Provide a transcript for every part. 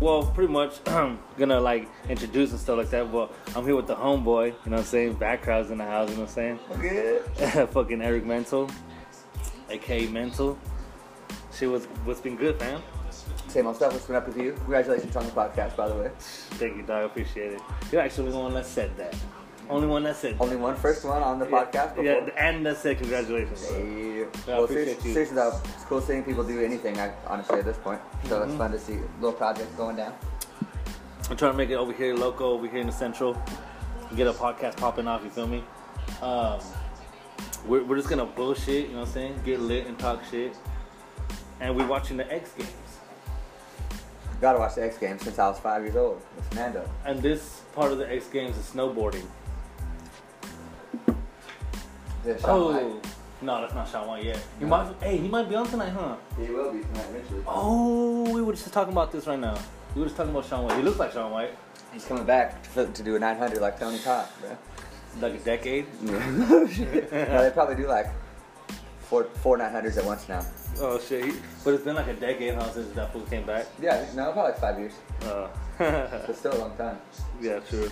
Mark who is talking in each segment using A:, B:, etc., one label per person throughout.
A: well, pretty much gonna like introduce and stuff like that. Well, I'm here with the homeboy, you know what I'm saying? Back crowds in the house, you know what I'm saying?
B: Good.
A: Fucking Eric Mental, aka Mental. She was what's been good, fam.
B: Same old stuff. What's been up with you? Congratulations on the podcast, by the way.
A: Thank you, dog. Appreciate it. You're actually the one that said that. Only one that said.
B: Only one first one on the podcast before.
A: Yeah, and that said congratulations. bro.
B: Hey.
A: Yeah, I
B: well,
A: appreciate
B: seriously,
A: you.
B: seriously though, it's cool seeing people do anything. I, honestly, at this point, so
A: Mm-hmm.
B: it's fun to see little projects going down.
A: I'm trying to make it over here local, over here in the central. Get a podcast popping off, you feel me? Um, we're, we're just gonna bullshit, you know what I'm saying? Get lit and talk shit. And we're watching the X Games.
B: Gotta watch the X Games since I was five years old. It's Nando.
A: And this part of the X Games is snowboarding.
B: Yeah, Sean
A: Oh, no, that's not Sean White yet. You
B: No.
A: might, hey, he might be on tonight, huh?
B: White. He will be tonight eventually.
A: Oh, we were just talking about this right now. We were just talking about Sean White. He looks like Sean White,
B: He's coming back to, to do a 900 like Tony Todd, bro.
A: like a decade.
B: no, they probably do like four four 900s at once now.
A: Oh shit! he- But it's been like a decade huh, since that fool came back.
B: Yeah, no, probably like five years,
A: Uh,
B: but still a long time.
A: yeah, true.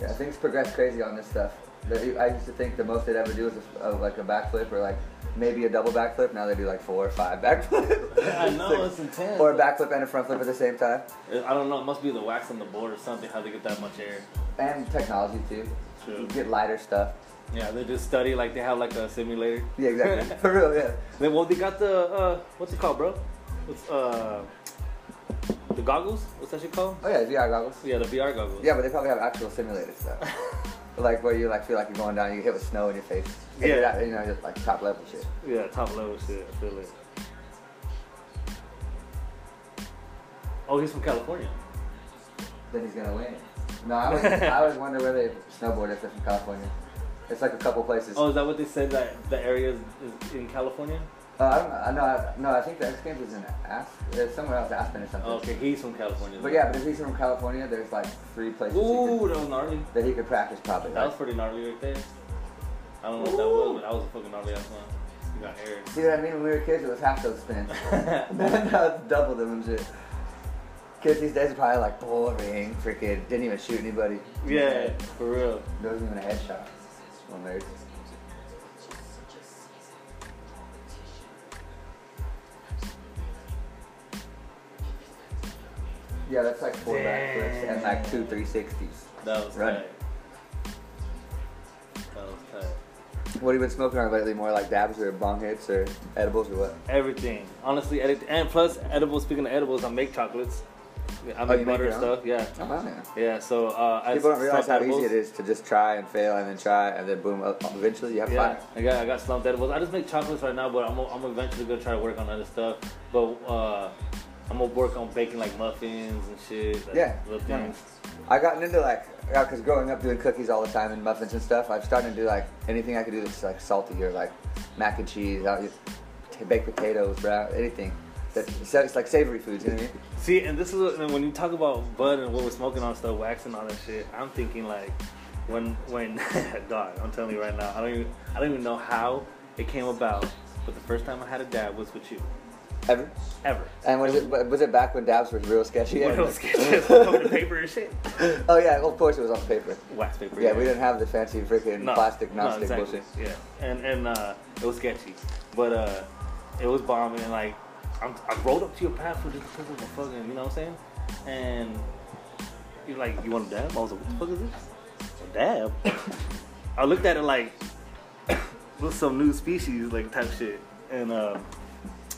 B: Yeah, things progress crazy on this stuff. The- I used to think the most they'd ever do is a, a- like a backflip or like maybe a double backflip. Now they do like four or five backflips.
A: I know it's intense.
B: or a backflip and a front flip at the same time.
A: I don't know. It must be the wax on the board or something. How they get that much air?
B: And technology too.
A: True.
B: You get lighter stuff.
A: Yeah, they just study like they have like a simulator.
B: Yeah, exactly. For real, yeah.
A: Then well, they got the uh, what's it called, bro? What's uh, the goggles? What's that shit called?
B: Oh yeah, VR goggles.
A: Yeah, the VR goggles.
B: Yeah, but they probably have actual simulators though. like where you like feel like you're going down, you get hit with snow in your face. And you're
A: Yeah.
B: not- you know, just like top level shit.
A: Yeah, top level shit. I feel it. Oh, he's from California.
B: Then he's gonna win. No, I always, I always wonder where they snowboard if they're from California. It's like a couple places.
A: Oh, is that what they said that the area is, is in California?
B: Uh, I don't know. I- No, I, no, I think the X Games is in Aspen. It's somewhere else, Aspen or something.
A: Oh, okay, he's from California.
B: But yeah, but if he's from California, there's like three places he
A: Ooh,
B: could,
A: that was gnarly.
B: that he could practice probably.
A: That
B: Like,
A: was pretty gnarly right there. I don't know what that was, but that was a fucking gnarly ass one. You got air.
B: see what I mean? When we were kids, it was half those spins. now it's double them and shit. Kids these days are probably like boring, freaking didn't even shoot anybody.
A: Yeah, for real.
B: There wasn't even a headshot. Well, nerds. Yeah, that's like four backflips and like two 360s.
A: That was
B: Right.
A: tight. That was tight.
B: What have you been smoking on lately? More like dabs or bong hits or edibles or what?
A: Everything. Honestly, edit- and plus edibles. Speaking of edibles, I make chocolates. I
B: Oh, you
A: make
B: make
A: butter
B: your
A: and stuff. Yeah.
B: Oh, man.
A: Yeah. So uh, I
B: People don't realize
A: slumped
B: how easy
A: edibles.
B: it is to just try and fail and then try and then boom, up- eventually you have
A: Yeah,
B: fun.
A: I got, I got slumped edibles. I just make chocolates right now, but I'm, I'm eventually gonna try to work on other stuff. But uh, I'm gonna work on baking like muffins and shit. Like,
B: Yeah.
A: Little
B: Yeah.
A: things.
B: I gotten into like, because growing up doing cookies all the time and muffins and stuff, I've started to do like anything I could do that's like salty or like mac and cheese, out t- baked potatoes, brown, anything. That, so it's like savory foods, you know what I mean?
A: See, and this is what, and when you talk about bud and what we're smoking on stuff, wax and all that shit. I'm thinking like, when when dog, I'm telling you right now, I don't even I don't even know how it came about, but the first time I had a dab was with you,
B: Ever?
A: ever.
B: And was it was it back when dabs were real sketchy?
A: One of those sketches covered in paper and shit,
B: oh yeah, well, of course it was on paper.
A: wax paper.
B: Yeah, we didn't have the fancy freaking plastic non-stick
A: exactly.
B: bullshit.
A: Yeah, and and uh, it was sketchy, but uh, it was bombing. And, like I'm, I rolled up to your passport just because of the fucking, you know what I'm saying? And you're like, you want a dab? I was like, what the fuck is this? A dab? I looked at it like, what's some new species like type shit? And uh,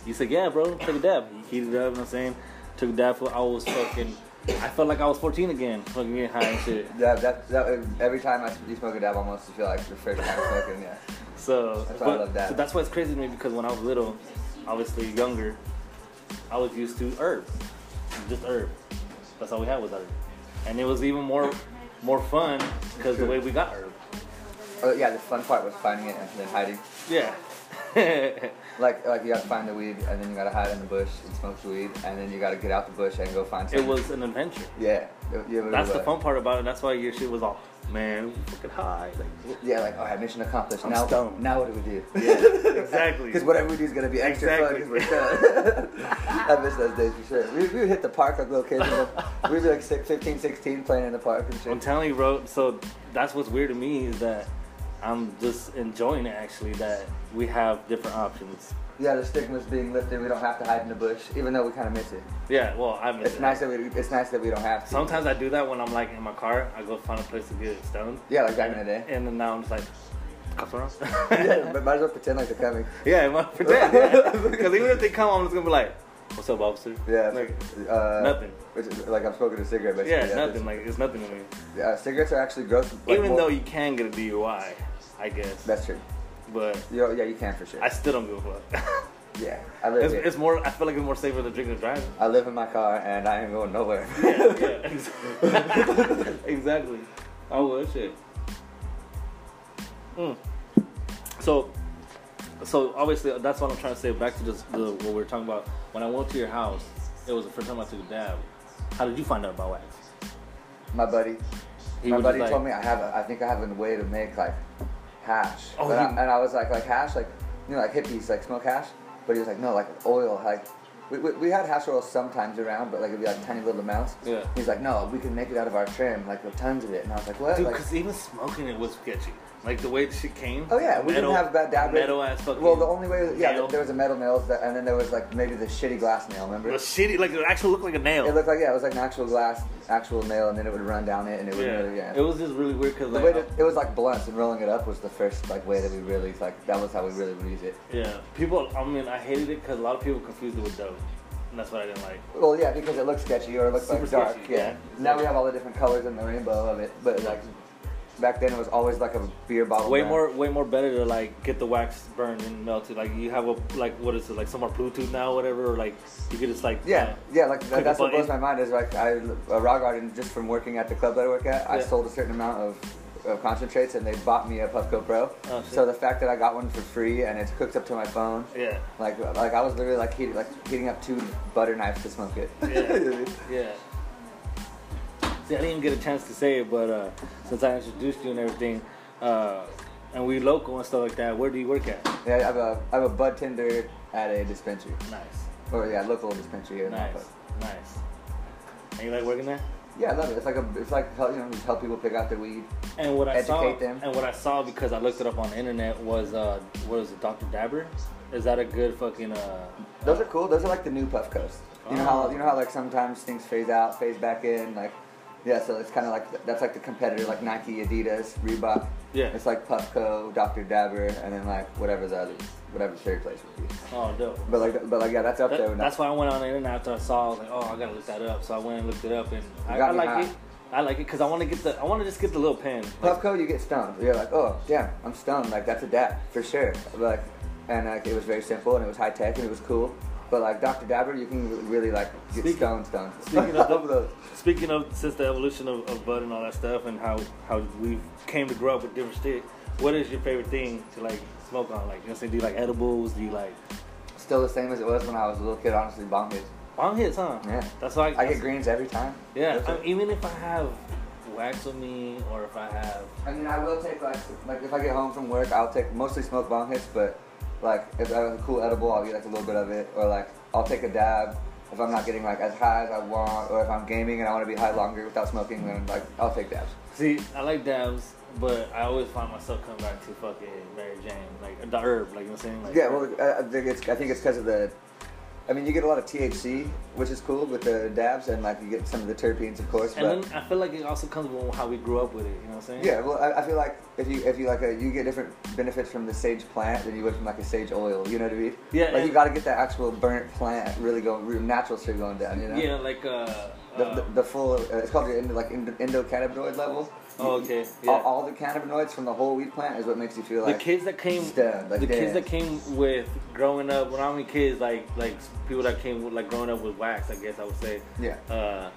A: you said, yeah, bro, take a dab. You heated it up, you know what I'm saying? Took a dab. fool. I was fucking. I felt like I was 14 again, fucking getting high and shit.
B: Yeah, that, that every time I you smoke a dab, almost you feel like your first time smoking. Yeah,
A: So
B: That's
A: that's,
B: why I love that.
A: so that's why it's crazy to me because when I was little, obviously younger, I was used to herbs, just herb. That's all we had was herb, and it was even more more fun because the way we got herb.
B: oh, yeah. The fun part was finding it and then hiding.
A: Yeah.
B: Like like you gotta find the weed and then you gotta hide in the bush and smoke the weed and then you gotta get out the bush and go find.
A: it
B: Something.
A: was an adventure.
B: Yeah, You- you ever,
A: That's the
B: uh,
A: fun part about it. That's why your shit was all, man, we fucking high. Like,
B: Yeah, like all right, mission accomplished.
A: I'm
B: now,
A: stoned.
B: now what do we do?
A: exactly.
B: Because whatever we do is gonna be extra
A: Exactly.
B: fun. 'cause we're done. I miss those days for sure. We, we would hit the park like little kids. and We'd be like six, 15, 16 playing in the park and
A: I'm
B: shit.
A: telling you, bro. So that's what's weird to me is that I'm just enjoying it actually that we have different options.
B: Yeah, the stigma's being lifted. We don't have to hide in the bush, even though we kind of miss it.
A: Yeah, well, I miss
B: It's
A: it.
B: nice that we. It's nice that we don't have to.
A: Sometimes I do that when I'm like in my car. I go find a place to get stoned.
B: Yeah, like back in the day.
A: And then now I'm just like, cops around.
B: yeah, but might as well pretend like they're coming.
A: yeah, I'm like, pretend. Because even if they come, I'm just gonna be like, what's up, officer?
B: Yeah,
A: Like,
B: uh,
A: nothing.
B: Which is, like I'm smoking a cigarette, basically.
A: yeah, it's
B: that's-
A: nothing. Like, it's nothing to me.
B: Uh, cigarettes are actually gross. like,
A: even
B: more-
A: though you can get a DUI, I guess.
B: that's true.
A: But
B: You know, yeah, you can for sure.
A: I still don't give a fuck.
B: yeah, I live
A: it's,
B: here.
A: it's more. I feel like it's more safer to drink than driving.
B: I live in my car and I ain't going nowhere.
A: yeah, exactly. exactly. I would shit. Mm. So, so obviously that's what I'm trying to say. Back to just the, what we were talking about. When I went to your house, it was the first time I took a dab. How did you find out about wax?
B: my buddy,
A: He
B: my
A: was
B: buddy
A: just
B: told me
A: like-
B: I have. A, I think I have a way to make like hash.
A: Oh,
B: But I-
A: you-
B: and I was like, like hash, like you know, like hippies, like smoke hash. But he was like, no, like oil, like. We, we, we had hash oil sometimes around, but like it'd be like tiny little amounts.
A: Yeah.
B: He's like, no, we can make it out of our trim, like with tons of it. And I was like, what?
A: Dude,
B: Like-
A: because even smoking it was sketchy. Like the way the shit came.
B: Oh yeah, we
A: metal-
B: didn't have bad dab.
A: Metal ass fucking.
B: Well, the only way, yeah,
A: nail.
B: there was a metal nail, that- and then there was like maybe the shitty glass nail. Remember?
A: It was shitty. Like it actually looked like a nail.
B: It looked like yeah, it was like an actual glass, actual nail, and then it would run down it, and it would
A: yeah.
B: really yeah.
A: It was just really weird because
B: the
A: like,
B: way that, it was like blunts and rolling it up was the first like way that we really like that was how we really would use it.
A: Yeah, people. I mean, I hated it because a lot of people confused it with dope, and that's what I didn't like.
B: Well, yeah, because it looks sketchy or it looks
A: Super
B: like dark.
A: sketchy,
B: yeah.
A: yeah.
B: Now we have all the different colors and the rainbow of it, but like back then it was always like a beer bottle.
A: Way
B: brand.
A: more, way more better to like get the wax burned and melted. Like you have a like what is it like somewhere Bluetooth now, whatever. Or like you could just like
B: Yeah,
A: uh,
B: yeah, like
A: click
B: that, that's
A: a
B: what blows my
A: button.
B: mind is like I a rock garden just from working at the club that I work at. I
A: Yeah.
B: sold a certain amount of, of concentrates and they bought me a Puffco Pro.
A: Oh, shit.
B: so the fact that I got one for free and it's hooked up to my phone,
A: uh, yeah,
B: like like I was literally like heat, like heating up two butter knives to smoke it.
A: Yeah. yeah. See, I didn't even get a chance to say it, but uh, since I introduced you and everything, uh, and we local and stuff like that. Where do you work at?
B: yeah, I have a I have a bud tender at a dispensary,
A: Nice,
B: or yeah, local dispensary here. in
A: nice,
B: Napa.
A: nice. And you like working there?
B: Yeah, I love it. It's like a it's like help, you know just help people pick out their weed.
A: And what I saw,
B: Educate them.
A: and what I saw because I looked it up on the internet was, uh, what is it, Dr. Dabber? Is that a good fucking? Uh,
B: Those are cool. Those are like the new Puffcos. You know how you know how like sometimes things phase out, phase back in, like yeah. So it's kind of like that's like the competitor, like Nike, Adidas, Reebok.
A: Yeah.
B: It's like Puffco, Dr. Dabber, and then like whatever the other, whatever the third place would be.
A: oh, dope.
B: But like, but like yeah, that's up there.
A: That,
B: with
A: that's why I went on the internet after I saw. I was like, oh, I gotta look that up. So I went and looked it up, and I,
B: got
A: I
B: me
A: like
B: high.
A: it. I like it because I want to get the. I want to just get the little pen. Like,
B: Puffco, you get stoned. You're like, oh damn, I'm stoned. Like that's a dab for sure. Like, and like it was very simple and it was high tech and it was cool. But like Dr. Dabber, you can really like get
A: Speaking-
B: stoned, stoned.
A: speaking
B: I
A: of-
B: love those.
A: speaking of since the evolution of, of bud and all that stuff, and how how we came to grow up with different shit. What is your favorite thing to like smoke on? Like, you know, what I'm saying? do you like edibles? Do you like
B: Still the same as it was when I was a little kid. Honestly, bomb hits.
A: bomb hits? Huh?
B: Yeah.
A: That's why
B: I get greens every time.
A: Yeah,
B: That's
A: I
B: it.
A: even if I have wax with me or if I have
B: I mean, I will take like, like if I get home from work, I'll take mostly smoke bong hits, but like if I have a cool edible, I'll get like a little bit of it, or like I'll take a dab if I'm not getting like as high as I want, or if I'm gaming and I want to be high longer without smoking, then like I'll take dabs.
A: see, I like dabs, but I always find myself coming back to fucking Mary Jane, like the herb, like you know what I'm saying? Like,
B: Yeah, well, I I think it's I think it's because of the. I mean, you get a lot of THC, which is cool with the dabs, and like you get some of the terpenes, of course.
A: and
B: but,
A: then I feel like it also comes with how we grew up with it, you know what I'm saying?
B: Yeah, well, I, I feel like if you if you like a, you get different benefits from the sage plant than you would from like a sage oil. You know what I mean?
A: Yeah,
B: Like you
A: and-
B: got to get that actual burnt plant really going real natural shit going down. You know?
A: Yeah, like uh,
B: The,
A: uh,
B: the, the full uh, it's called the indo, like indo, endocannabinoid level.
A: Oh, okay, yeah.
B: All, all the cannabinoids from the whole weed plant is what makes you feel
A: the
B: like.
A: kids that came
B: stab, like
A: the
B: dance.
A: kids that came with growing up when I mean kids like like people that came with like growing up with wax I guess I would say
B: Yeah.
A: uh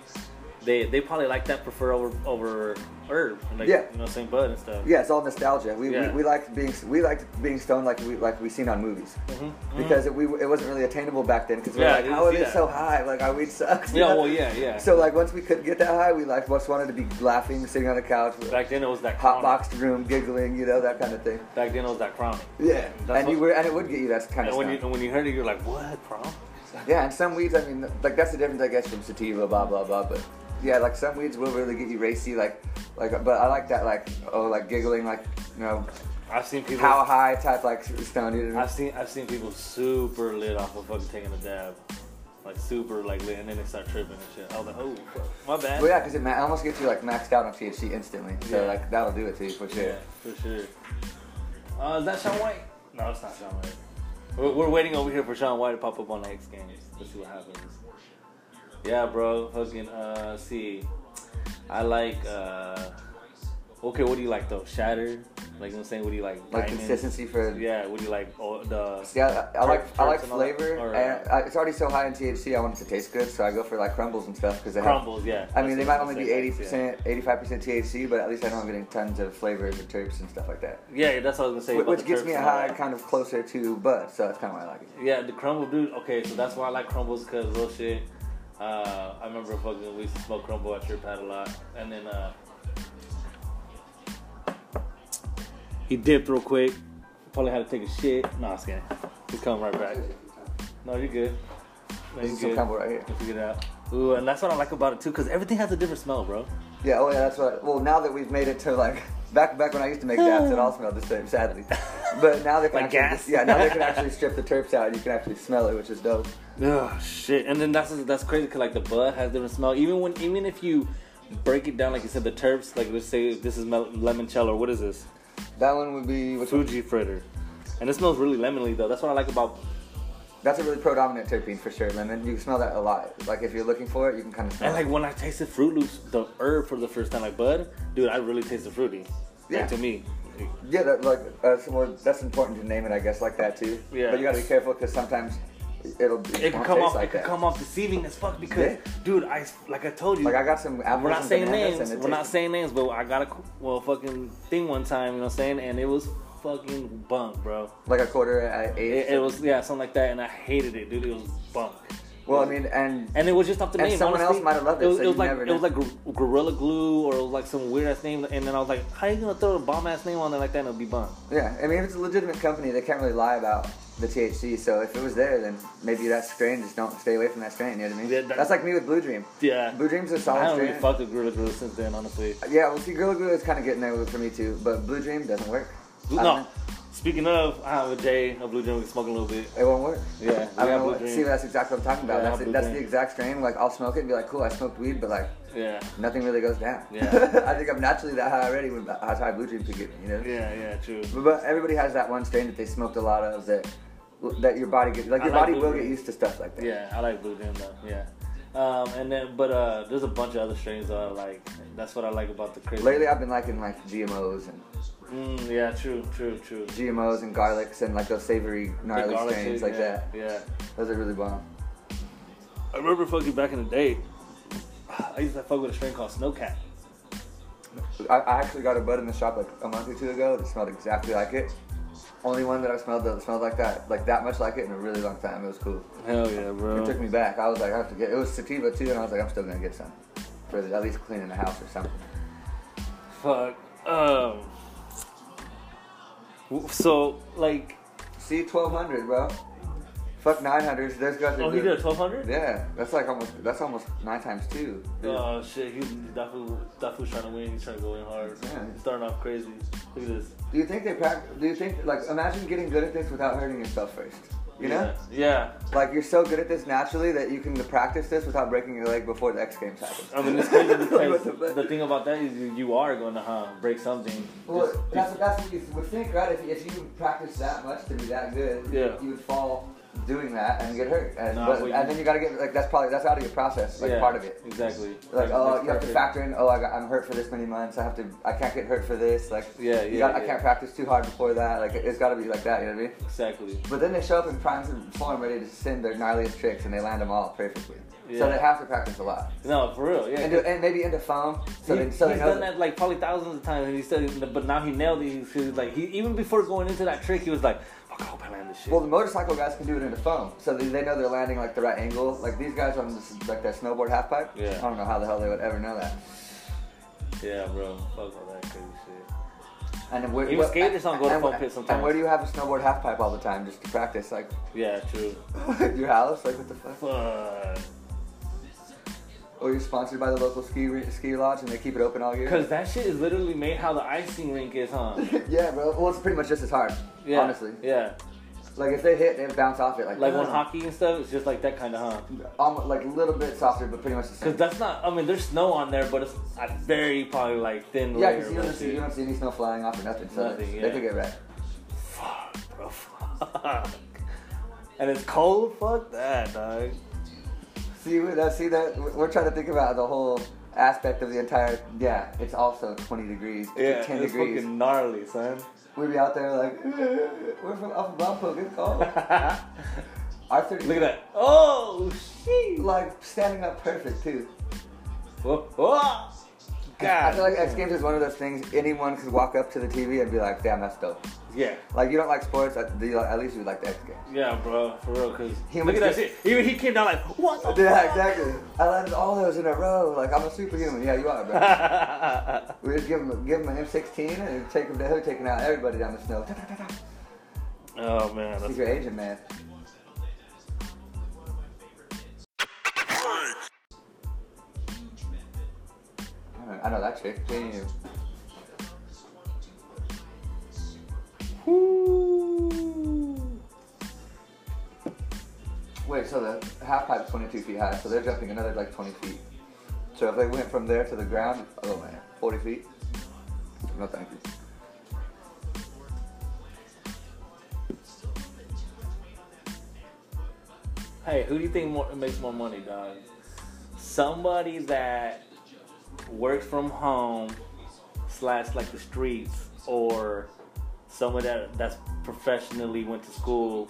A: they they probably like that prefer over over herb, like
B: Yeah.
A: you know, same bud and stuff.
B: Yeah, it's all nostalgia. We,
A: Yeah.
B: we, we liked being we liked being stoned like we like we seen on movies
A: Mhm, mhm.
B: because it, we it wasn't really attainable back then because we
A: Yeah,
B: were
A: I
B: like
A: didn't
B: how are
A: see
B: they
A: that.
B: so high like our weed sucks.
A: yeah, well, yeah, yeah.
B: So like once we couldn't get that high, we like just wanted to be laughing, sitting on the couch,
A: back then it was that
B: hot
A: chronic.
B: boxed room, giggling, you know that kind of thing.
A: Back then it was that chronic.
B: Yeah,
A: That's
B: and you
A: what-
B: were and it would get you that kind
A: And
B: of
A: when you
B: stuff.
A: and when you heard it, you're like, what prom?
B: Yeah, and some weeds, I mean, like that's the difference, I guess, from sativa, blah blah blah. But yeah, like some weeds will really get you racy, like like. But I like that, like oh, like giggling, like you know,
A: I've seen people.
B: how high type like stone. You know?
A: I've seen I've seen people super lit off of fucking taking a dab, like super like lit, and then they start tripping and shit. I was like, oh, fuck, my bad.
B: Well, yeah, because it ma- almost gets you like maxed out on THC instantly. So
A: Yeah.
B: like that'll do it to you for sure.
A: Yeah, for sure. Uh, is that Sean White? No, it's not Sean White. We're, we're waiting over here for Sean White to pop up on the X Games. Let's see what happens. Yeah, bro. Fucking, uh, see. I like, uh, okay, what do you like though? Shatter? Like, you know what I'm saying? What do you like?
B: Like
A: Diamonds?
B: consistency for yeah.
A: Yeah, what do you like? Oh, the.
B: I, I like I
A: Turps
B: like
A: and all that,
B: flavor,
A: or,
B: and I, it's already so high in THC. I want it to taste good, so I go for like crumbles and stuff because they have.
A: Crumbles, yeah.
B: I mean, they
A: That's
B: might
A: what
B: only
A: I'm
B: be
A: saying,
B: eighty
A: yeah.
B: percent, eighty-five percent THC, but at least I know I'm getting tons of flavors and terps and stuff like that,
A: Yeah, that's what I was gonna say.
B: Wh-
A: about
B: which
A: the
B: gets
A: Turps
B: me a
A: and all
B: high
A: that.
B: kind of closer to bud. So that's kind of why I like it.
A: Yeah, the crumble dude. Okay, so that's why I like crumbles because little shit. Uh, I remember fucking we used to smoke crumble at Trip Pad a lot, and then uh, he dipped real quick. Probably had to take a shit. No, I'm just kidding. He's coming right back. No, you're good. No, you're
B: This is some
A: good.
B: crumble right here.
A: Let's get it out. Ooh, and that's what I like about it too, because everything has a different smell, bro.
B: Yeah, oh yeah, that's what. Well, now that we've made it to like back back when I used to make dabs, it all smelled the same, sadly. But now they can
A: Like
B: actually,
A: gas?
B: Yeah, now they can actually strip the terps out and you can actually smell it, which is dope.
A: Oh shit! And then that's that's crazy because like the bud has different smell. Even when even if you break it down, like you said, the terps. Like let's say this is mel- limoncello. Or what is this?
B: That one would be which one?
A: Fuji fritter. And it smells really lemony though. That's what I like about.
B: That's a really predominant terpene for sure, lemon. You can smell that a lot. Like if you're looking for it, you can kind of smell.
A: And like when I tasted Fruit Loops, the herb for the first time, like bud, dude, I really tasted fruity.
B: Yeah.
A: Like to me.
B: it. Yeah, that, like uh, some more, that's important to name it, I guess, like that too.
A: Yeah.
B: But you gotta be careful because sometimes it'll
A: It could
B: won't
A: come
B: taste
A: off.
B: like
A: it could
B: that.
A: come off deceiving as fuck because,
B: Yeah.
A: dude, I like I told you.
B: Like I got some apples
A: We're not
B: and
A: saying
B: bananas
A: names.
B: and it
A: We're not
B: tastes-
A: saying names, but I got a well fucking thing one time. You know what I'm saying? And it was fucking bunk, bro.
B: like a quarter at eight.
A: It, it was yeah, something like that, and I hated it, dude. It was bunk.
B: well, I mean, and
A: And it was just off the
B: And
A: name.
B: someone
A: honestly.
B: else might have loved it,
A: It was,
B: so
A: it was
B: you
A: like
B: never
A: it was
B: know.
A: like gor- gorilla glue, or it was like some weird ass name. And then I was like, how you gonna throw a bomb ass name on there like that and it'll be bunk?
B: Yeah, I mean, if it's a legitimate company, they can't really lie about the THC. So if it was there, then maybe that strain just don't stay away from that strain. You know what I mean?
A: Yeah, that-
B: That's like me with Blue Dream.
A: Yeah.
B: Blue Dream's a
A: I
B: solid
A: haven't
B: strain.
A: really fucked with gorilla glue since then, honestly.
B: yeah, well, see, Gorilla Glue is kind of getting there with for me too, but Blue Dream doesn't work. I don't
A: No.
B: know.
A: Speaking of, I have a J, a blue dream. We smoking a little bit.
B: It won't work.
A: Yeah,
B: I
A: we
B: don't
A: have
B: know.
A: Blue
B: What,
A: Dream.
B: see, that's exactly what I'm talking about.
A: Yeah, I have
B: that's
A: Blue
B: that's the
A: Dream.
B: exact strain. Like, I'll smoke it and be like, cool, I smoked weed, but like,
A: Yeah,
B: nothing really goes down.
A: Yeah.
B: I think I'm naturally that high already when uh, how high Blue Dream could get me, you know?
A: yeah, yeah. True.
B: But, but everybody has that one strain that they smoked a lot of that that your body gets like
A: I
B: your
A: like
B: body
A: Blue
B: will
A: Dream.
B: get used to stuff like that.
A: Yeah, I like Blue Dream though. Yeah. Um, and then, but uh, there's a bunch of other strains that I like. That's what I like about the crazy.
B: Lately, I've been liking like GMOs and
A: Mm, yeah, true, true, true.
B: GMOs and garlics and like those savory gnarly
A: The garlic
B: strains
A: shit,
B: like
A: yeah,
B: that.
A: Yeah.
B: Those are really bomb.
A: I remember fucking back in the day. I used to fuck with a strain called Snowcat.
B: I, I actually got a bud in the shop like a month or two ago that smelled exactly like it. Only one that I smelled that smelled like that, like that much like it in a really long time. It was cool.
A: Hell yeah, bro.
B: It took me back. I was like, I have to get. It was sativa too, and I was like, I'm still gonna get some for the, at least cleaning the house or something.
A: Fuck. Um. w- So like,
B: See, 1200, bro. Fuck 900s. There's guys. that
A: oh, he
B: do-
A: did a twelve hundred.
B: Yeah, that's like almost that's almost nine times two. dude.
A: Oh shit, he Dafu Dafu's trying to win. He's trying to go in hard.
B: Yeah.
A: He's starting off crazy. Look at this.
B: Do you think they practice? Do you think like imagine getting good at this without hurting yourself first? You know,
A: Yeah.
B: like you're so good at this naturally that you can practice this without breaking your leg before the X Games happen.
A: I mean, it's crazy because
B: What the fuck?
A: the thing about that is you, you are going to huh, break something. Just-
B: Well, that's, that's what you would think, right? If, if you practice that much to be that good,
A: Yeah.
B: you would fall doing that and get hurt, and,
A: No,
B: but,
A: but you-
B: and then you gotta get like that's probably that's out of your process, like
A: Yeah,
B: part of it.
A: Exactly.
B: Like
A: That's-
B: oh,
A: that's
B: you have to
A: perfect.
B: factor in. Oh, I got, I'm hurt for this many months. I have to. I can't get hurt for this. Like
A: Yeah, yeah,
B: you got, I
A: yeah.
B: can't practice too hard before that. Like it, has got to be like that. You know what I mean?
A: Exactly.
B: But then they show up in prime form, ready to send their gnarliest tricks, and they land them all perfectly. So
A: Yeah.
B: they have to practice a lot,
A: No, for real. Yeah.
B: and, do, and maybe into foam. So
A: he,
B: they, so
A: he's
B: they know
A: done
B: that-
A: that like probably thousands of times, and he said, but now he nailed it. He's, he's like, he even before going into that trick, he was like, "Fuck, I hope I land this shit."
B: Well, the motorcycle guys can do it in the foam, so they, they know they're landing like the right angle. Like these guys on this, like that snowboard half pipe.
A: Yeah.
B: I don't know how the hell they would ever know that.
A: yeah, bro. Fuck all that crazy shit.
B: And then where,
A: Even skaters don't go to
B: and-
A: foam pit
B: And where
A: sometimes.
B: do you have a snowboard half pipe all the time just to practice? Like
A: Yeah, true.
B: your house? Like what the fuck?
A: Fuck.
B: Or you're sponsored by the local ski re- ski lodge and they keep it open all year?
A: Cause that shit is literally made how the icing rink is, huh?
B: yeah, bro. Well, it's pretty much just as hard.
A: Yeah.
B: Honestly,
A: Yeah.
B: like if they hit, they bounce off it. Like
A: Like when
B: "Ugh."
A: hockey and stuff, it's just like that kind of, huh?
B: almost like a little bit softer, but pretty much the
A: Cause
B: same.
A: that's not. I mean, there's snow on there, but it's a very probably like thin
B: Yeah,
A: layer.
B: because you don't
A: of
B: see you
A: shit.
B: don't see any snow flying off or nothing. So
A: Nothing,
B: they-
A: yeah.
B: they could get wrecked.
A: Fuck, bro. Fuck. And it's cold. Fuck that, dog.
B: See that? See that? We're we're trying to think about the whole aspect of the entire. Yeah, it's also 20 degrees.
A: Yeah,
B: It's 10
A: it's
B: degrees.
A: fucking gnarly, son.
B: We'd be out there like, "Eh, we're from up above, but it's cold. Our 30
A: Look at that. Oh, shit.
B: Like standing up perfect too.
A: Whoa, whoa. God.
B: I feel like X Games is one of those things anyone could walk up to the TV and be like, damn, that's dope.
A: Yeah.
B: Like you don't like sports, at, do you like, at least you like the X Games.
A: Yeah, bro, for real, cause
B: He
A: look
B: was
A: at that
B: just-
A: shit. Even he came down like, what the
B: Yeah,
A: fuck?
B: exactly. I landed all those in a row. Like I'm a superhuman. Yeah, you are, bro. we just give him give him an M16 and take him to who taking out everybody down the snow.
A: oh man, that's
B: Secret agent, man. I know- I know that chick. Damn.
A: Woo.
B: Wait, so the half pipe's 22 feet high, so they're jumping another like 20 feet. So if they went from there to the ground, oh man, 40 feet. No thank you.
A: Hey, who do you think more, makes more money, dog? Somebody that works from home slash like the streets, or someone that that's professionally went to school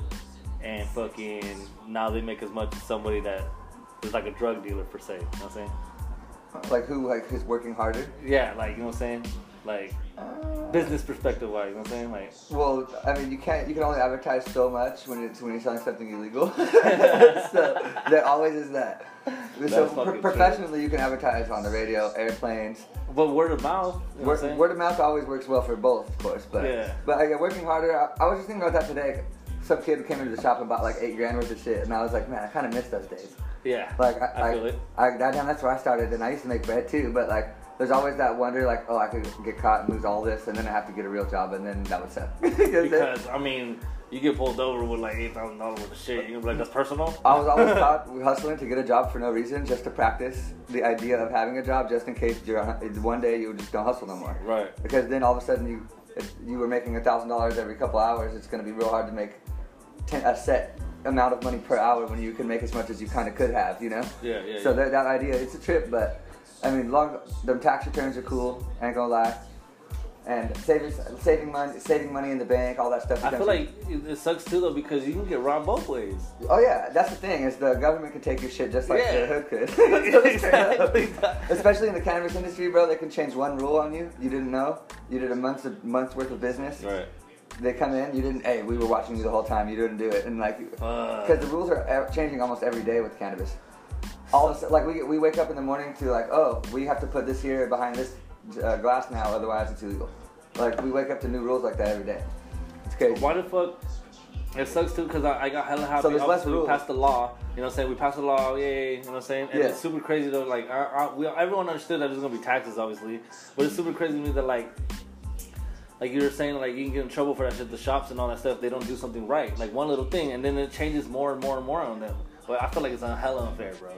A: and fucking now they make as much as somebody that is like a drug dealer per se. You know what I'm saying?
B: Like who like who's working harder? Uh,
A: Yeah, like you know what I'm saying? Like business perspective wise, you know what I'm saying? Like
B: Well, I mean, you can't. You can only advertise so much when it's when you're selling something illegal. so there always is that. so
A: That's
B: pro-
A: fucking
B: professionally, you can advertise on the radio, airplanes.
A: but word of mouth, you know what I'm
B: Word,
A: saying?
B: word of mouth always works well for both, of course. But
A: Yeah.
B: but like, working harder. I, I was just thinking about that today. Some kid came into the shop and bought like eight grand worth of shit, and I was like, man, I kind of miss those days.
A: yeah.
B: Like I,
A: I feel
B: like,
A: it.
B: I, that, that's where I started, and I used to make bread too. But like, there's always that wonder, like, oh, I could get caught and lose all this, and then I have to get a real job, and then that would suck. You know what I'm saying?
A: Because I mean, you get pulled over with like eight thousand dollars worth of shit. You're gonna be like, that's personal.
B: I was always taught hustling to get a job for no reason, just to practice the idea of having a job, just in case you're one day you just don't hustle no more.
A: Right.
B: Because then all of a sudden you, if you were making a thousand dollars every couple hours, it's going to be real hard to make ten, a set amount of money per hour when you can make as much as you kind of could have, you know.
A: Yeah, yeah.
B: So
A: yeah.
B: that, that idea, it's a trip, but I mean, long them tax returns are cool. Ain't gonna lie. And saving saving money saving money in the bank, all that stuff.
A: I feel
B: becomes-
A: like it it sucks too though because you can get robbed both ways.
B: Oh yeah, that's the thing is the government can take your shit just like
A: Yeah.
B: the hood could. So it's fair enough.
A: Exactly.
B: Especially in the cannabis industry, bro, they can change one rule on you. You didn't know. You did a month's month's worth of business.
A: Right.
B: They come in. You didn't. Hey, we were watching you the whole time. You didn't do it. And like,
A: Fuck.
B: because the rules are ev- changing almost every day with cannabis. All of a sudden, like we we wake up in the morning to like, oh, we have to put this here behind this uh, glass now, otherwise it's illegal. Like we wake up to new rules like that every day. It's crazy.
A: Why the fuck? It sucks too because I, I got hella happy.
B: So there's less
A: Obviously, we
B: rules.
A: passed the law. You know what I'm saying? We passed the law. Yay! You know what I'm saying? And
B: Yeah.
A: it's super crazy though. Like I, I, we, everyone understood that there's gonna be taxes, obviously, but it's super crazy to me that like. Like you were saying, like you can get in trouble for that shit. The shops and all that stuff, they don't do something right. Like one little thing, and then it changes more and more and more on them. But I feel like it's uh, hella unfair, bro.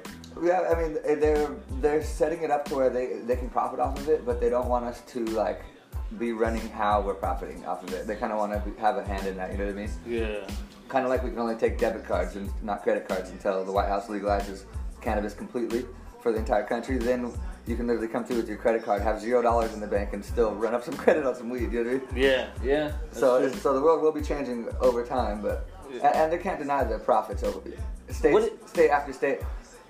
B: Yeah, I mean they're they're setting it up to where they they can profit off of it, but they don't want us to like be running how we're profiting off of it. They kind of want to have a hand in that. You know what I mean?
A: Yeah.
B: Kind of like we can only take debit cards and not credit cards until the White House legalizes cannabis completely for the entire country. Then you can literally come through with your credit card, have zero dollars in the bank, and still run up some credit on some weed. You know what I mean?
A: Yeah, yeah. that's
B: So,
A: true.
B: it's- so the world will be changing over time, but
A: Yeah.
B: and, and they can't deny the profits over state,
A: What it-
B: state after state.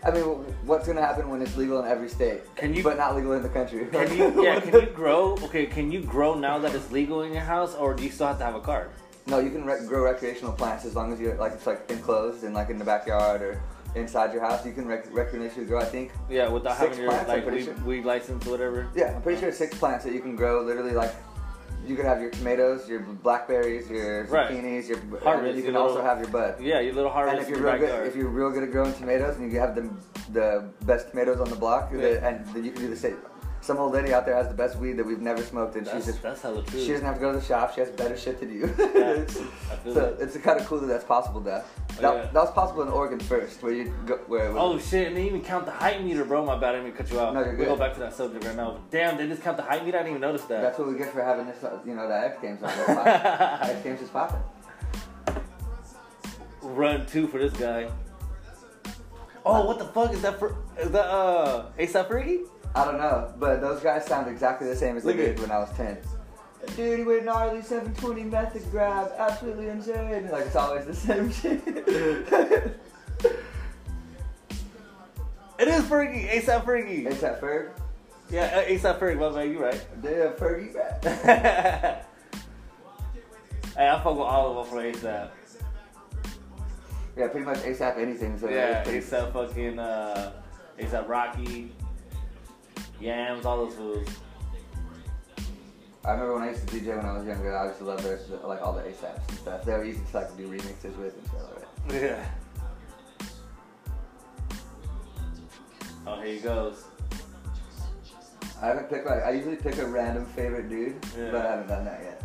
B: I mean, wh- what's going to happen when it's legal in every state,
A: Can you-
B: but not legal in the country?
A: Can you yeah? Can you grow? Okay, can you grow now that it's legal in your house, or do you still have to have a card?
B: no, you can rec- grow recreational plants as long as you're like it's like enclosed and like in the backyard or inside your house. You can rec- recreationally grow. I think.
A: Yeah, without
B: Six
A: having your
B: plants, I'm
A: like
B: pretty
A: weed,
B: sure.
A: weed license or whatever.
B: Yeah, I'm pretty sure it's six plants that you can grow. Literally, like you could have your tomatoes, your blackberries, your
A: Right.
B: zucchinis, your and
A: Harvest,
B: then you
A: your
B: can also
A: little-
B: have your bud.
A: Yeah, your little harvest
B: And if
A: in
B: you're
A: your
B: real good,
A: backyard.
B: if you're real good at growing tomatoes and you have the the best tomatoes on the block,
A: Yeah.
B: the- and then you can do the same. Some old lady out there has the best weed that we've never smoked, and
A: that's,
B: she's just
A: that's hella true.
B: she doesn't have to go to the shop. She has better shit to do.
A: Yeah, I feel
B: so
A: it.
B: it's kind of cool that that's possible. That
A: Oh,
B: that,
A: yeah.
B: that was possible in Oregon first, where you go where it was,
A: Oh shit! And they even count the height meter, bro. My bad, I didn't mean to cut you out.
B: No, you're
A: We
B: good.
A: go back to that subject right now. Damn, they just count the height meter. I didn't even notice that.
B: That's what we get for having this, uh, you know, the X Games on. That's fine. X Games is popping.
A: Run two for this guy. Oh, what the fuck is that for? Is that uh ASAP Fergie?
B: I don't know, but those guys sound exactly the same as they
A: Look at-
B: did when I was 10. Dude, we're gnarly 720 method grab, absolutely insane. Like, it's always the same shit.
A: It is Fergie. ASAP Fergie.
B: Except Ferg.
A: Yeah, uh, ASAP Fergie. My man, you right.
B: Damn, Fergie rap.
A: hey, I fuck with all of them for ASAP.
B: Yeah, pretty much ASAP anything. So
A: Yeah,
B: it's pretty-
A: ASAP fucking uh, ASAP Rocky, Yams, all those fools.
B: I remember when I used to DJ when I was younger, I used to love their, like, all the ASAPs and stuff. They were easy to, like, do remixes with and stuff like that.
A: Yeah. Oh, here he goes.
B: I haven't picked, like, I usually pick a random favorite dude,
A: Yeah.
B: but I haven't done that yet.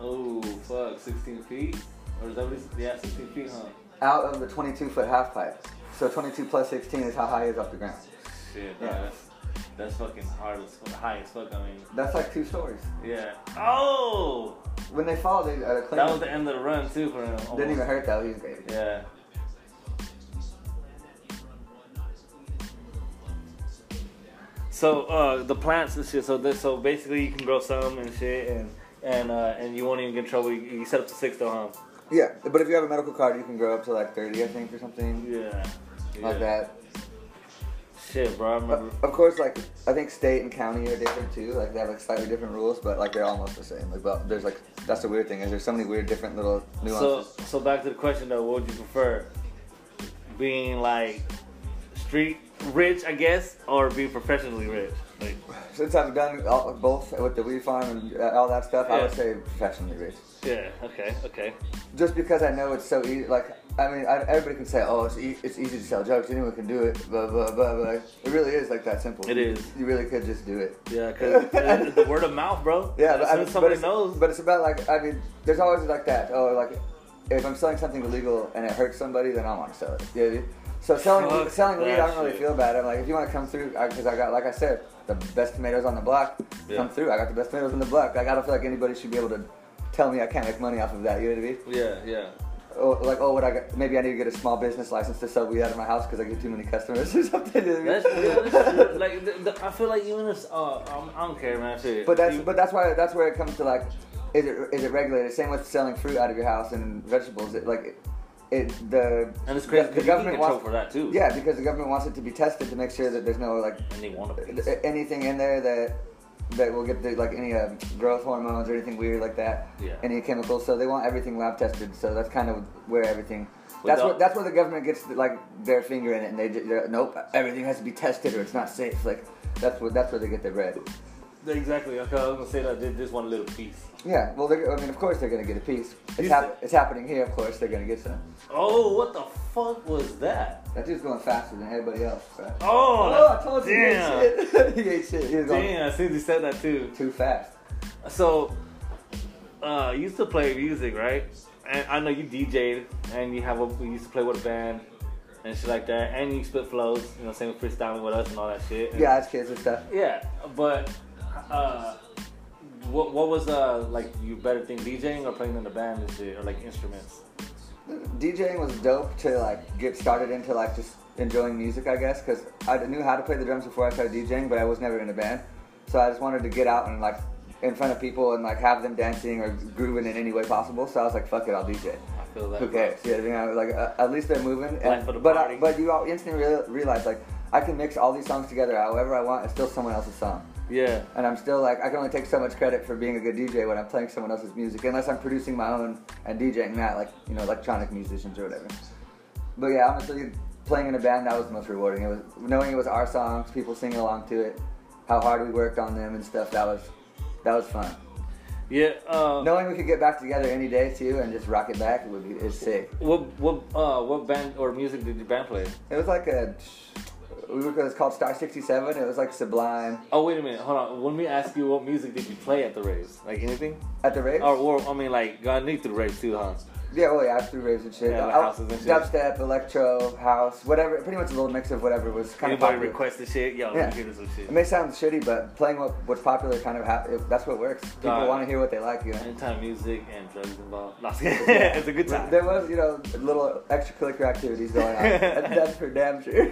A: Oh, fuck, 16 feet? Or is that what he's, yeah, 16 feet, huh?
B: Out of the 22 foot half pipe. So 22 plus 16 is how high he is off the ground.
A: Shit, bro,
B: Yeah.
A: that's, that's fucking hard as fuck, high as fuck, I mean,
B: That's like two stories.
A: yeah. Oh!
B: When they fall, they uh, claim
A: That was the end of the run, too, for him.
B: didn't even
A: almost.
B: hurt though. He was great.
A: Yeah. So uh, the plants and shit. So this, so basically, you can grow some and shit, and and uh, and you won't even get in trouble. You, you set up to six though, huh?
B: Yeah, but if you have a medical card, you can grow up to like 30, I think, or something
A: Yeah.
B: like that.
A: Shit, bro. I
B: But,
A: remember.
B: of course, like I think state and county are different too. Like they have like slightly different rules, but like they're almost the same. Like, but there's like that's the weird thing is there's so many weird different little
A: So
B: nuances.
A: so back to the question though. What would you prefer? Being like street rich, I guess, or being professionally rich? Like,
B: Since I've done all, both with the weed farm and uh, all that stuff, I would
A: Yeah.
B: say professionally rich.
A: yeah. Okay. Okay.
B: just because I know it's so easy. Like, I mean, I, everybody can say, "Oh, it's, e- it's easy to sell drugs. Anyone can do it." Blah blah blah. blah. It really is like that simple.
A: It is.
B: You really could just do it.
A: Yeah, because the word of mouth, bro.
B: Yeah,
A: As
B: but,
A: soon
B: I mean,
A: as
B: but
A: somebody
B: it's,
A: knows.
B: but it's about like I mean, there's always like that. Oh, like if I'm selling something illegal and it hurts somebody, then I want to sell it. Yeah. dude. So selling
A: Fuck
B: selling weed, I
A: that
B: don't really
A: shit.
B: feel bad. I'm like, if you want to come through, because I, got like I said, the best tomatoes on the block.
A: Yeah.
B: Come through. I got the best tomatoes on the block. Like, I don't feel like anybody should be able to tell me I can't make money off of that. You know what I mean?
A: Yeah, yeah.
B: Oh, like oh, what I got, maybe I need to get a small business license to sell weed out of my house because I get too many customers or something. you know what I mean?
A: That's, yeah, that's true. like the, the, I feel like even if uh, I'm, I don't care, man. Shit.
B: but that's
A: Even-
B: but that's why that's where it comes to like, is it is it regulated? Same with selling fruit out of your house and vegetables. It, like, it, it the
A: and it's crazy
B: the,
A: because you can
B: government
A: control
B: wants
A: for that too.
B: yeah because the government wants it to be tested to make sure that there's no like
A: and they want to.
B: th- anything in there that that will get the, like any uh, growth hormones or anything weird like that.
A: Yeah.
B: Any chemicals. So they want everything lab tested. So that's kind of where everything. That's
A: Without-
B: what that's where the government gets like their finger in it, and they ju- they're, nope, everything has to be tested or it's not safe. Like that's what that's where they get their bread.
A: Exactly. Okay, I was gonna say that. Just, just one little piece.
B: Yeah. Well, they're, I mean, of course they're gonna get a piece.
A: You
B: It's, hap- it's happening here. Of course they're gonna get some.
A: Oh, what the fuck was that?
B: That dude's going faster than everybody else. Right?
A: Oh,
B: Oh, I
A: that's-
B: told you
A: damn.
B: he ate shit. he ate shit. He was going
A: Damn, as soon as you said that too.
B: too fast.
A: So, uh, you used to play music, right? And I know you DJ'd and you have a, you used to play with a band and shit like that. And you split flows, you know, same freestyling with us and all that shit. And-
B: Yeah, it's kids and stuff.
A: Yeah, but uh, what what was uh like you better think DJing or playing in the band and shit or like instruments?
B: DJing was dope to like get started into like just enjoying music, I guess, because I knew how to play the drums before I started DJing, but I was never in a band, so I just wanted to get out and like in front of people and like have them dancing or grooving in any way possible. So I was like, fuck it, I'll DJ.
A: I feel that.
B: Who cares? Yeah, you know, like uh, at least they're moving. And,
A: Life of the
B: but
A: party.
B: I, but you all instantly real, realize like I can mix all these songs together however I want. It's still someone else's song,
A: Yeah.
B: and I'm still like I can only take so much credit for being a good DJ when I'm playing someone else's music, unless I'm producing my own and DJing that, like you know, electronic musicians or whatever. But yeah, honestly, playing in a band that was the most rewarding. It was knowing it was our songs, people singing along to it, how hard we worked on them and stuff. That was that was fun.
A: Yeah. Uh,
B: Knowing we could get back together any day too and just rock it back would be is sick.
A: What what uh what band or music did your band play?
B: It was like a. We were, it was called Star 67. It was like Sublime
A: Oh wait a minute, hold on. When we ask you what music did you play at the raves, like anything,
B: at the raves.
A: or, or I mean like I need the raves too, huh?
B: Yeah, oh yeah, I threw raves and shit.
A: Yeah, like
B: I-
A: houses and shit.
B: Dubstep, electro, house, whatever. Pretty much a little mix of whatever was kind
A: Anybody
B: of popular.
A: requested shit? Yo,
B: Yeah.
A: we hear this some shit.
B: It may sound shitty, but playing what, what's popular kind of ha- it, that's what works. People
A: Nah.
B: want to hear what they like, you know.
A: Anytime music and drugs involved, no, it's a good time.
B: There was, you know, little extracurricular activities going on. That- that's for damn sure.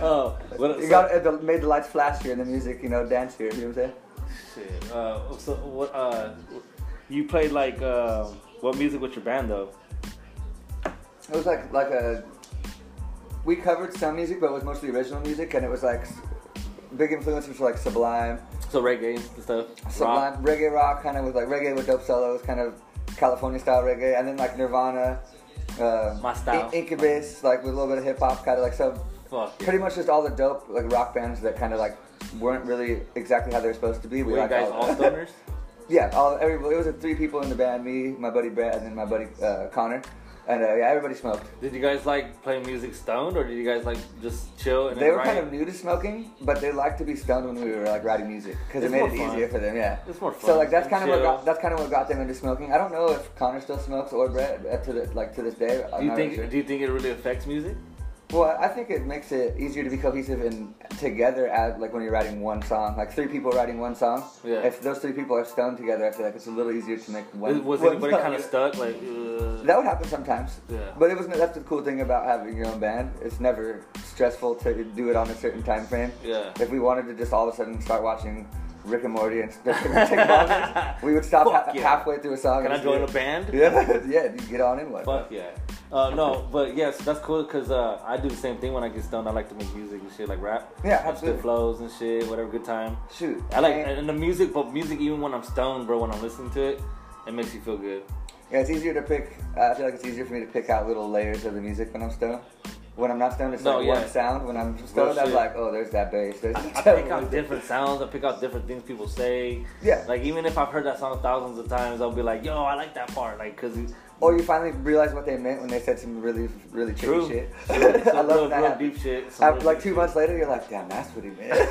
A: Oh, what,
B: you
A: so,
B: got it made the lights flash here and the music, you know, dance here. You know what I'm saying?
A: shit. Uh, so what? Uh, you played like um, what music with your band though?
B: It was like like a. We covered some music, but it was mostly original music, and it was like s- big influences were like Sublime,
A: So reggae and stuff.
B: Sublime reggae rock, kind of with like reggae with dope solos, kind of California style reggae, and then like Nirvana, uh,
A: My style.
B: In- Incubus, like with a little bit of hip hop, kind of like so.
A: Rock. Fuck.
B: Pretty much just all the dope like rock bands that kind of like weren't really exactly how they were supposed to be. We
A: Were you
B: like
A: guys all
B: all
A: stoners?
B: yeah, all every, it was the three people in the band: me, my buddy Brad, and then my buddy uh, Connor, and uh, yeah, everybody smoked.
A: Did you guys like play music stoned, or did you guys like just chill and
B: They
A: then
B: were kind
A: write?
B: of new to smoking, but they liked to be stoned when we were like writing music because it
A: It's
B: made
A: more
B: it
A: fun.
B: easier for them. Yeah,
A: It's more fun.
B: so like that's kind of what
A: Chill.
B: got, that's kind of what got them into smoking. I don't know if Connor still smokes or Brett uh, to the, like to this day. I'm
A: Do you
B: not
A: think?
B: really
A: Do you think it really affects music?
B: sure. Well, I think it makes it easier to be cohesive and together as like when you're writing one song, like three people writing one song.
A: Yeah.
B: If those three people are stoned together, I feel like it's a little easier to make one.
A: was
B: one
A: anybody
B: song.
A: kind of stuck? Like, uh,
B: That would happen sometimes.
A: Yeah.
B: But it was that's the cool thing about having your own band. It's never stressful to do it on a certain time frame.
A: Yeah.
B: If we wanted to just all of a sudden start watching Rick and Morty and Tick Bobbers, we would stop
A: Fuck
B: ha-
A: yeah.
B: halfway through a song.
A: can I
B: and
A: join a
B: just-
A: band?
B: Yeah, yeah, you get on in one.
A: Fuck yeah. Uh, no, but yes, that's cool because uh, I do the same thing when I get stoned. I like to make music and shit, like rap.
B: Yeah,
A: Have good
B: absolutely.
A: flows and shit, whatever, good time.
B: Shoot.
A: I like
B: And-
A: and the music, but music even when I'm stoned, bro. When I'm listening to it, it makes you feel good.
B: Yeah, it's easier to pick. uh, I feel like it's easier for me to pick out little layers of the music when I'm stoned. When I'm not stoned, it's
A: No,
B: like
A: yeah.
B: one sound. When I'm
A: Real
B: stoned, I'm
A: shit.
B: like, oh, there's that bass. There's
A: I
B: that
A: pick out different sounds. I pick out different things people say.
B: Yeah.
A: Like even if I've heard that song thousands of times, I'll be like, yo, I like that part, like because.
B: Or you finally realize what they meant when they said some really, really tricky
A: True.
B: shit. I
A: Some
B: love
A: real,
B: when that.
A: real
B: happens.
A: deep shit. some
B: After,
A: real
B: like
A: deep
B: two
A: shit.
B: months later, you're like, damn, that's what he meant.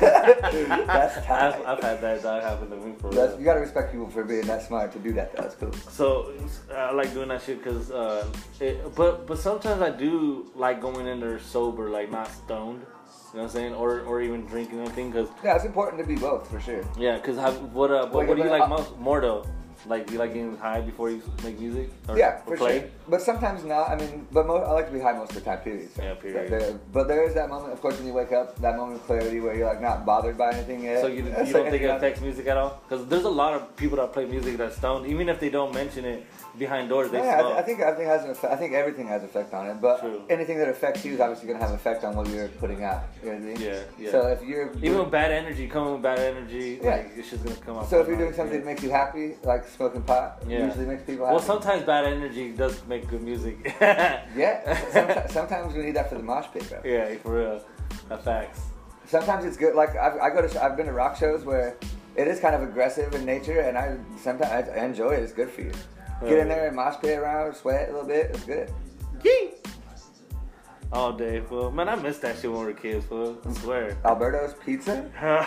B: that's tight.
A: I've, I've had that dog happen to me for real.
B: That's- you gotta respect people for being that smart to do that. though. That's cool.
A: So uh, I like doing that shit because, uh, it- but but sometimes I do like going in there sober, like not stoned. You know what I'm saying, or or even drinking anything, because
B: Yeah, it's important to be both for sure.
A: yeah, because what uh, but
B: Like,
A: what do
B: if
A: you
B: I-
A: like most more though? Like do you like getting high before you make music? Or,
B: yeah,
A: or
B: for sure. But sometimes not. I mean, but mo- I like to be high most of the time. Period. So-
A: Yeah, period.
B: so there- but there is that moment, of course, when you wake up, that moment of clarity where you're like not bothered by anything yet.
A: So you, you
B: It's
A: don't
B: like,
A: think it
B: know,
A: affects music at all? Because there's a lot of people that play music that's stoned, even if they don't mention it behind doors, they
B: Yeah, I,
A: smoke.
B: th- I think I think it has an effect. I think everything has effect on it, but
A: True.
B: anything that affects you is obviously going to have an effect on what you're putting out. You know what I mean?
A: Yeah, yeah.
B: So if you're
A: even with bad energy, coming with bad energy,
B: Yeah.
A: like it's just gonna come out.
B: so if you're doing something that makes you happy, like smoking pot,
A: Yeah.
B: usually makes people happy.
A: Well, sometimes bad energy does make good music.
B: yeah, sometimes, sometimes we need that for the mosh pit, bro.
A: yeah, for real. That facts.
B: Sometimes it's good. Like I've, I go to, sh- I've been to rock shows where it is kind of aggressive in nature, and I sometimes I enjoy it. It's good for you. Get in there and mosh pit around, sweat a little bit. It's good.
A: All day, fool. Man, I missed that shit when we were kids, fool. I swear.
B: Alberto's Pizza.
A: yeah,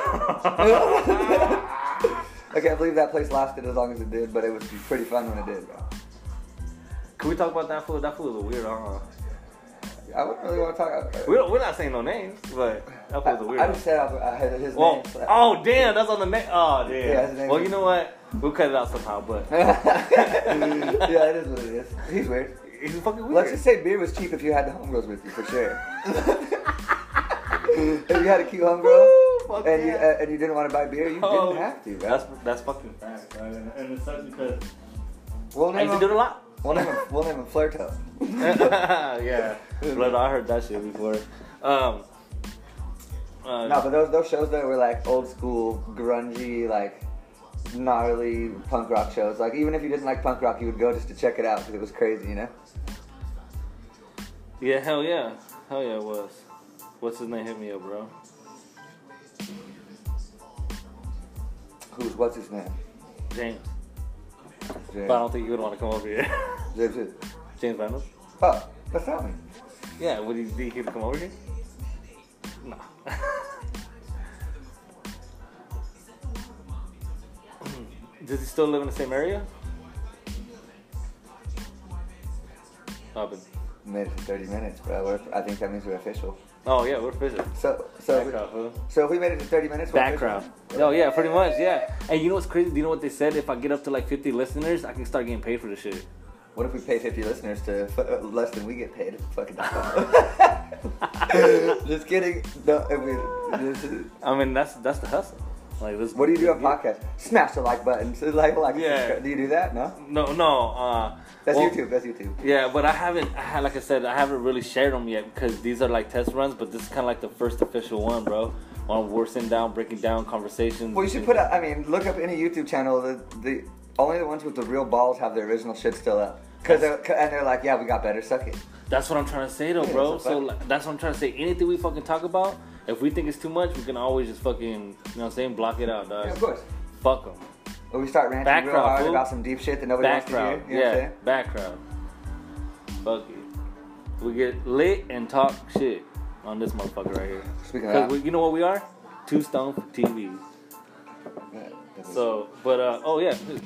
B: I can't believe that place lasted as long as it did, but it was pretty fun when it did, bro.
A: Can we talk about that fool? That fool was a weird, huh?
B: I wouldn't really want to talk.
A: We don't, we're not saying no names, but that fool's a weird.
B: I, I just said I'll- I, had his
A: well,
B: name. so-
A: oh damn, that's on the name. Oh damn.
B: Yeah, his name
A: well,
B: is-
A: you know what? We'll cut it out somehow, but
B: yeah, it is what it is. He's weird.
A: it's fucking weird.
B: Let's just say beer was cheap if you had the homegirls with you for sure. if you had a cute
A: Woo,
B: homegirl
A: fuck
B: and you
A: yeah.
B: uh, and you didn't want to buy beer, you
A: Oh,
B: didn't have to. Right?
A: That's that's fucking fact, right? And, and it sucks because
B: we'll
A: I
B: name
A: used to
B: him.
A: do it a lot.
B: We'll name him. We'll name him Flirto.
A: yeah, but I heard that shit before. Um, uh,
B: No, but those those shows that were like old school, grungy, like gnarly punk rock shows. Like even if you didn't like punk rock, you would go just to check it out because it was crazy, you know.
A: yeah, hell yeah, hell yeah, it was. What's his name? Hit me up, bro.
B: Who's what's his name?
A: James. But I
B: James.
A: don't think you would want to come over here.
B: James. James.
A: James Reynolds.
B: Oh, that's not me.
A: Yeah, would he be here to come over here? No. Does he still live in the same area? Robin.
B: We made it for 30 minutes, bro. We're, I think that means we're official.
A: Oh yeah, we're official.
B: So, so,
A: Background. huh?
B: so if we made it to 30 minutes, we're official?
A: Background. Oh yeah, pretty much. Yeah. And you know what's crazy? Do you know what they said? If I get up to like 50 listeners, I can start getting paid for this shit.
B: What if we pay 50 listeners to f- uh, less than we get paid? Fucking Just kidding. No, I mean, this is-
A: I mean, that's that's the hustle. Like this.
B: what do you do on podcasts? Smash the like button. So like, like,
A: Yeah.
B: subscribe. Do you do that? No.
A: No, no. Uh,
B: That's
A: well,
B: YouTube. That's YouTube.
A: Yeah, but I haven't. I had- Like I said, I haven't really shared them yet because these are like test runs. But this is kind of like the first official one, bro. When we're sitting down, breaking down conversations.
B: Well, you should put up. I mean, look up any YouTube channel. The, the only the ones with the real balls have their original shit still up. Cause they're, and they're like, yeah, we got better. Suck it.
A: That's what I'm trying to say, though,
B: Yeah,
A: bro.
B: that's a
A: So
B: fact.
A: like, that's what I'm trying to say. Anything we fucking talk about, if we think it's too much, we can always just fucking, you know, what I'm saying, block it out, dog.
B: Yeah, of course.
A: Fuck them.
B: Or we start ranting real
A: Background,
B: hard
A: fool.
B: about some deep shit that nobody
A: Background,
B: wants to hear. Oh, You know what
A: yeah,
B: I'm saying?
A: background. Fuck it. We get lit and talk shit on this motherfucker right here.
B: Speaking of
A: Cause
B: that.
A: we, you know what we are? Two Stone for TV.
B: Yeah, that is-
A: So, but uh, oh yeah,